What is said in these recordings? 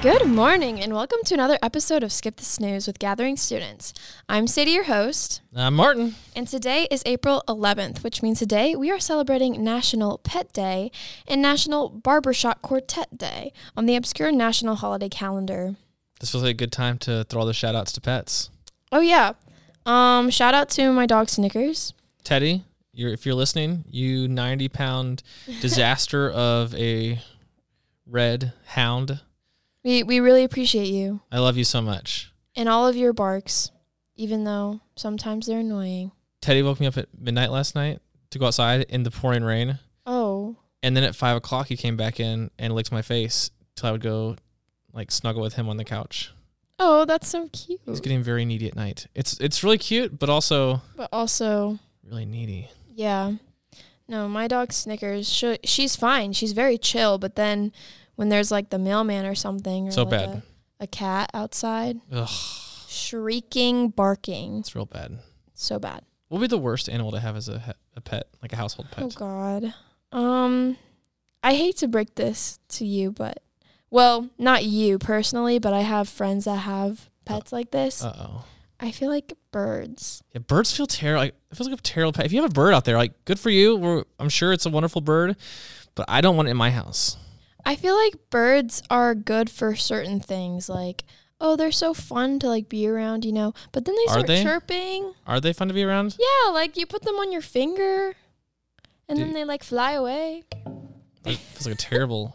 Good morning, and welcome to another episode of Skip the Snooze with Gathering Students. I'm Sadie, your host, I'm Uh, Martin. and today is April 11th, which means today we are celebrating National Pet Day and National Barbershop Quartet Day on the obscure national holiday calendar. This was a good time to throw all the shout outs to pets. Oh, yeah. Um, shout out to my dog Snickers. Teddy, you're, if you're listening, you 90 pound disaster of a red hound. We, we really appreciate you I love you so much. and all of your barks, even though sometimes they're annoying. Teddy woke me up at midnight last night to go outside in the pouring rain. Oh, And then at five o'clock, he came back in and licked my face till I would go like snuggle with him on the couch. oh, that's so cute. He's getting very needy at night. It's, it's really cute, but also But also, really needy. Yeah. No, my dog Snickers. She, she's fine. She's very chill. But then when there's like the mailman or something, or So like bad. A, a cat outside Ugh, shrieking, barking, it's real bad. so bad. What would be the worst animal to have as a, he- a pet, like a household pet? Oh God. Um, I hate to break this to you, but well, not you personally, but I have friends that have pets like this. Uh oh. I feel like birds. Yeah, birds feel terrible. Like, it feels like a terrible pet. If you have a bird out there, like, good for you. We're, I'm sure it's a wonderful bird, but I don't want it in my house. I feel like birds are good for certain things, like oh, they're so fun to like be around, you know. But then they Are start they? chirping. Are they fun to be around? Yeah, like you put them on your finger, and Do then you- they like fly away. Like, It feels like a terrible,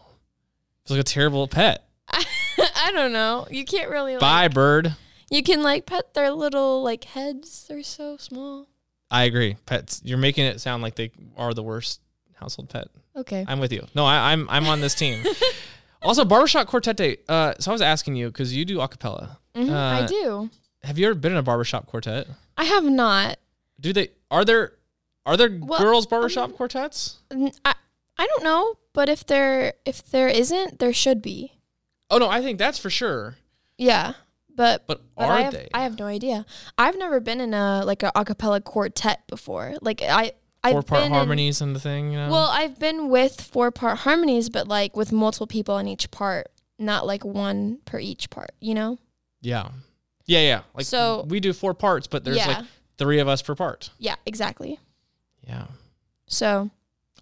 feels like a terrible pet. I don't know. You can't really. Like, Bye, bird. you can like pet their little like heads. They're so small. I agree. Pets, you're making it sound like they are the worst household pet. Okay. I'm with you. No, I, I'm I'm on this team. also, barbershop quartet day. Uh, so I was asking you because you do acapella. Mhm, I uh, do. Have you ever been in a barbershop quartet? I have not. Do they are there are there Well, girls barbershop quartets? n- I I don't know, but if there if there isn't, there should be. Oh no, I think that's for sure. Yeah, but But, But are I have, they? I have no idea. I've never been in a like a acapella quartet before. Like I, I've Four part um? been in- harmonies and the thing, you know? well, I've been with four part harmonies, but like with multiple people in each part, not like one per each part. You know? yeah. Yeah, yeah. Like So- we do four parts, but there's yeah, like three of us per part. yeah, exactly. Yeah. So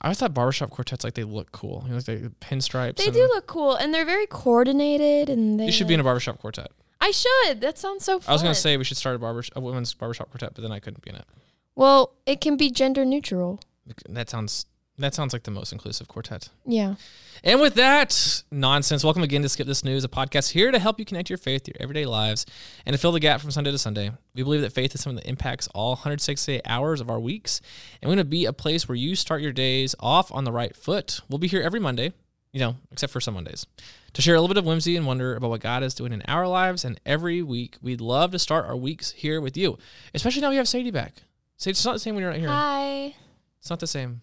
I always thought barbershop quartets like they look cool. You know, like they pinstripes. they and- do look cool, and they're very coordinated, and they. You should be in a barbershop quartet. I should. That sounds so. Fun. I was gonna say we should start a barber a women's barbershop quartet, but then I couldn't be in it. Well, it can be gender neutral. That sounds that sounds like the most inclusive quartet. Yeah. And with that nonsense, welcome again to Skip This News, a podcast here to help you connect your faith to your everyday lives and to fill the gap from Sunday to Sunday. We believe that faith is something that impacts all 168 hours of our weeks, and we're going to be a place where you start your days off on the right foot. We'll be here every Monday, you know, except for some Mondays, to share a little bit of whimsy and wonder about what God is doing in our lives. And every week, we'd love to start our weeks here with you, especially now we have Sadie back. Sadie, it's not the same when you're not here. Hi. It's not the same.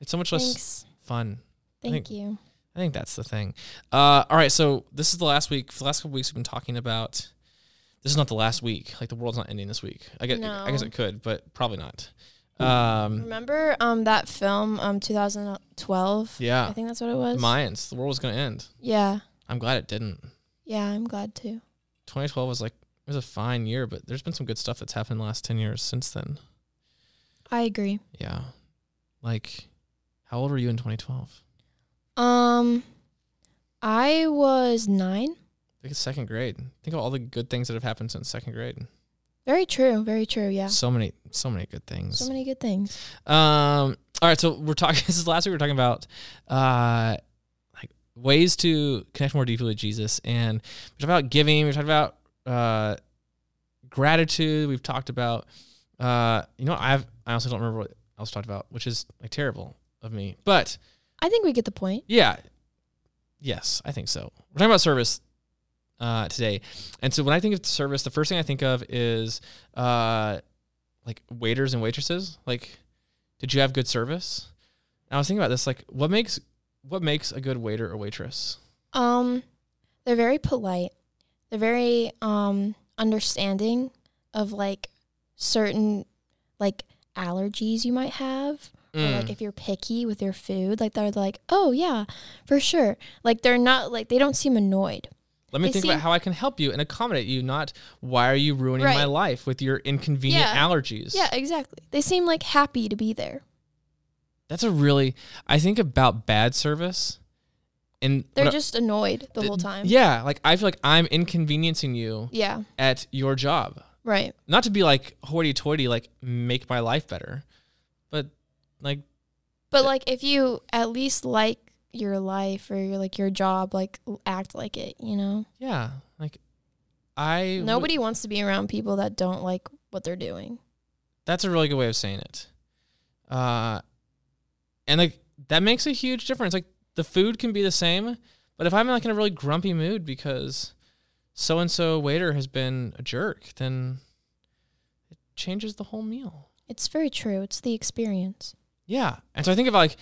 It's so much less Thanks. fun. Thank think- you. I think that's the thing. Uh, all right, so this is the last week. For the last couple weeks, we've been talking about. This is not the last week. Like the world's not ending this week. I guess I guess No. Mm. it could, but probably not. Um, Remember um that film um 2012? I yeah, think that's what it was. Mayans. The world was going to end. yeah. I'm glad it didn't. Yeah, I'm glad too. 2012 was like it was a fine year, but there's been some good stuff that's happened in the last 10 years since then. I agree. Yeah, like how old were you in 2012? Um I was 9. I think it's second grade. Think of all the good things that have happened since second grade. Very true, very true. Yeah. So many, so many good things. So many good things. Um. All right. So we're talking. This is last week. We are talking about uh, like ways to connect more deeply with Jesus, and we talked about giving. We talked about uh, gratitude. We've talked about uh, you know, I've I also don't remember what else we talked about, which is like terrible of me. But I think we get the point. yeah, yes, I think so. We're talking about service uh, today, and so when I think of service, the first thing I think of is uh, like waiters and waitresses. Like, did you have good service? And I was thinking about this. Like, what makes what makes a good waiter or waitress? Um they're very polite. They're very um understanding of like certain like allergies you might have Or, Mm. like if you're picky with your food like they're like oh yeah for sure like they're not like they don't seem annoyed Let me I think see. about how I can help you and accommodate you, not why are you ruining my Right. life with your inconvenient Yeah. allergies. Yeah, exactly. They seem like happy to be there. That's a really I think about bad service and They're what I- just annoyed the th- whole time. Yeah, like I feel like I'm inconveniencing you Yeah, at your job. right. Not to be like hoity toity, like make my life better. But like But Yeah. like if you at least like your life or your like your job, like l- act like it, you know? yeah, like I would- Nobody wants to be around people that don't like what they're doing. That's a really good way of saying it. Uh, and like that makes a huge difference. Like the food can be the same, but if I'm like in a really grumpy mood because so and so waiter has been a jerk, then it changes the whole meal. It's very true. It's the experience. Yeah. And so I think of like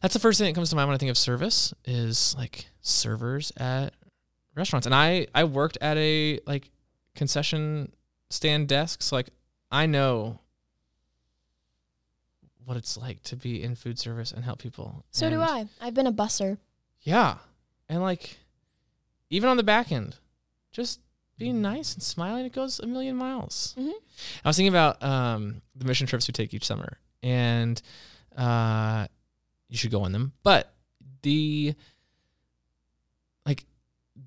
that's the first thing that comes to mind when I think of service is like servers at restaurants. And I I worked at a like concession stand desk, so like I know what it's like to be in food service and help people. So do And- I. I've been a busser. Yeah. And like even on the back end, just being nice and smiling, it goes a million miles. hmm I was thinking about um, the mission trips we take each summer, and uh, you should go on them. But the like,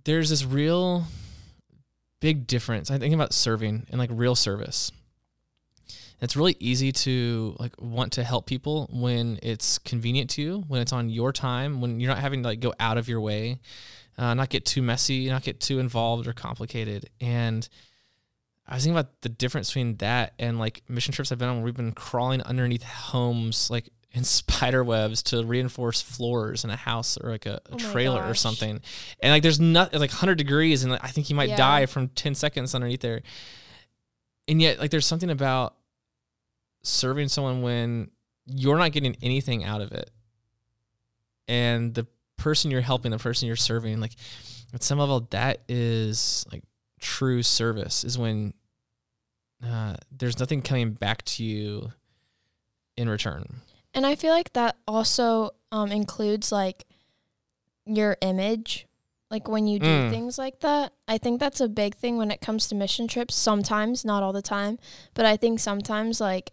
there's this real big difference. I think about serving and like real service. It's really easy to like want to help people when it's convenient to you, when it's on your time, when you're not having to like go out of your way, uh, not get too messy, not get too involved or complicated, and I was thinking about the difference between that and like mission trips I've been on where we've been crawling underneath homes like in spider webs to reinforce floors in a house or like a, Oh a my trailer or gosh. something. And like there's not it's like 100 degrees and like, I think you might Yeah. die from 10 seconds underneath there. And yet like there's something about serving someone when you're not getting anything out of it. And the person you're helping, the person you're serving, like at some level that is like true service is when uh, there's nothing coming back to you in return. And I feel like that also um, includes like your image. Like when you do Mm. things like that, I think that's a big thing when it comes to mission trips. Sometimes, not all the time, but I think sometimes like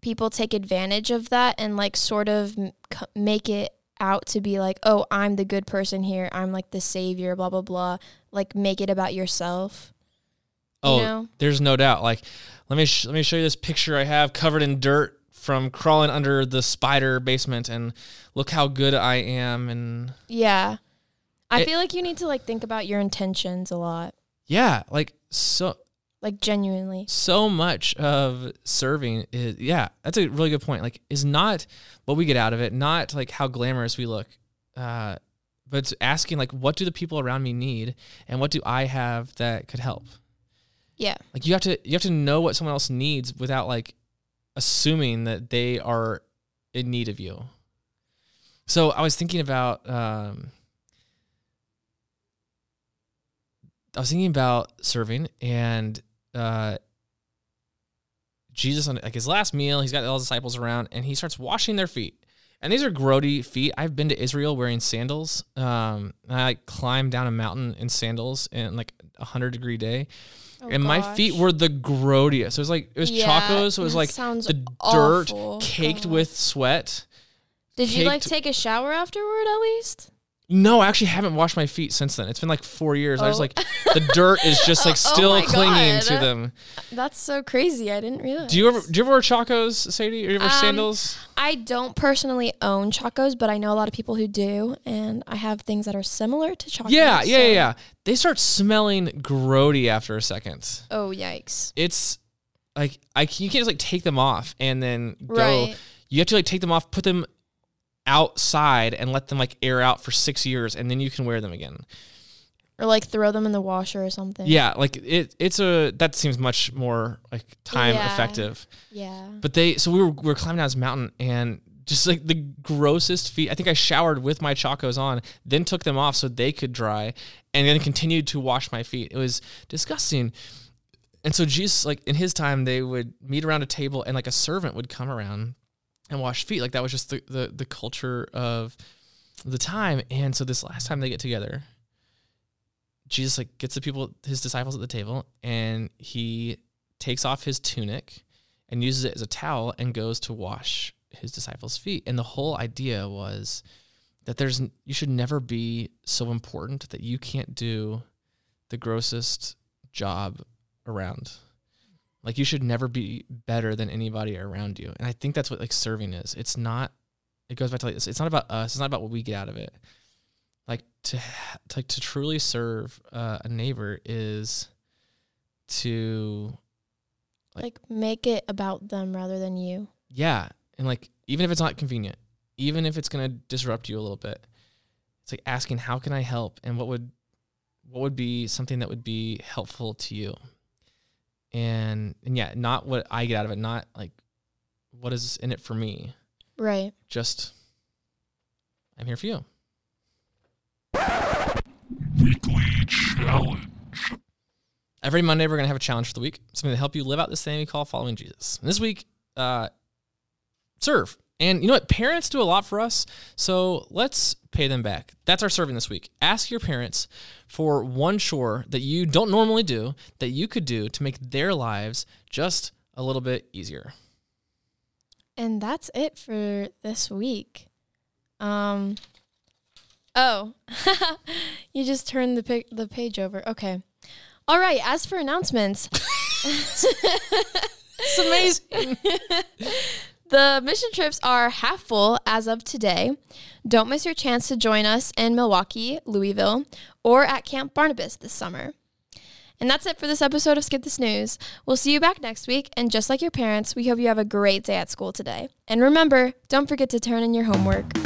people take advantage of that and like sort of m- c- make it out to be like, oh, I'm the good person here. I'm like the savior, blah, blah, blah. Like make it about yourself. Oh, You know? there's no doubt. Like, let me sh- let me show you this picture I have covered in dirt from crawling under the spider basement, and look how good I am. And Yeah. I It- feel like you need to like think about your intentions a lot, yeah, like so like genuinely. so much of serving is yeah that's a really good point like is not what we get out of it not like how glamorous we look uh but it's asking like what do the people around me need and what do i have that could help Yeah. like you have to you have to know what someone else needs without like assuming that they are in need of you so i was thinking about um i was thinking about serving and uh jesus on like his last meal he's got all his disciples around and he starts washing their feet and these are grody feet. I've been to Israel wearing sandals. Um, and I like, climbed down a mountain in sandals in like a hundred degree day, Oh, and my feet gosh. were the grodiest. It was like it was Yeah, chocos. So it was that like sounds the awful. dirt caked God. with sweat. Did you like caked- take a shower afterward at least? No, I actually haven't washed my feet since then. It's been like four years. I was Oh. like, the dirt is just like Oh, oh still my clinging God. to them. That's so crazy. I didn't realize. Do you ever do you ever wear chacos, Sadie? Or you ever Um, sandals? I don't personally own chacos, but I know a lot of people who do, and I have things that are similar to chacos. Yeah, yeah, yeah, so- yeah. They start smelling grody after a second. Oh yikes! It's like I c- you can't just like take them off and then go. Right. You have to like take them off, put them outside, and let them like air out for six years, and then you can wear them again. Or like throw them in the washer or something. Yeah, like it. It's a that seems much more like time Yeah. effective. Yeah. But they so we were we were climbing down this mountain and just like the grossest feet. I think I showered with my chacos on, then took them off so they could dry, and then continued to wash my feet. It was disgusting. And so Jesus, like in his time, they would meet around a table and like a servant would come around and wash feet. Like that was just the the, the culture of the time. And so this last time they get together, Jesus like gets the people, his disciples at the table, and he takes off his tunic and uses it as a towel and goes to wash his disciples' feet. And the whole idea was that there's n- you should never be so important that you can't do the grossest job around. Like you should never be better than anybody around you. And I think that's what like serving is. It's not it goes back to like it's, it's not about us, it's not about what we get out of it. Like to ha- to, like, to truly serve uh, a neighbor is to Like- Like make it about them rather than you. yeah and like even if it's not convenient even if it's going to disrupt you a little bit it's like asking how can i help and what would what would be something that would be helpful to you and and yeah not what i get out of it not like what is in it for me Right. just i'm here for you Weekly challenge. Every Monday, we're going to have a challenge for the week, something to help you live out this thing we call following Jesus. And this week, uh, serve. And you know what? Parents do a lot for us, so let's pay them back. That's our serving this week. Ask your parents for one chore that you don't normally do that you could do to make their lives just a little bit easier. And that's it for this week. Um Oh. you just turned the pic- the page over. Okay. All right, as for announcements. it's amazing. the mission trips are half full as of today. Don't miss your chance to join us in Milwaukee, Louisville, or at Camp Barnabas this summer. And that's it for this episode of Skip This News. We'll see you back next week. And just like your parents, we hope you have a great day at school today. And remember, don't forget to turn in your homework.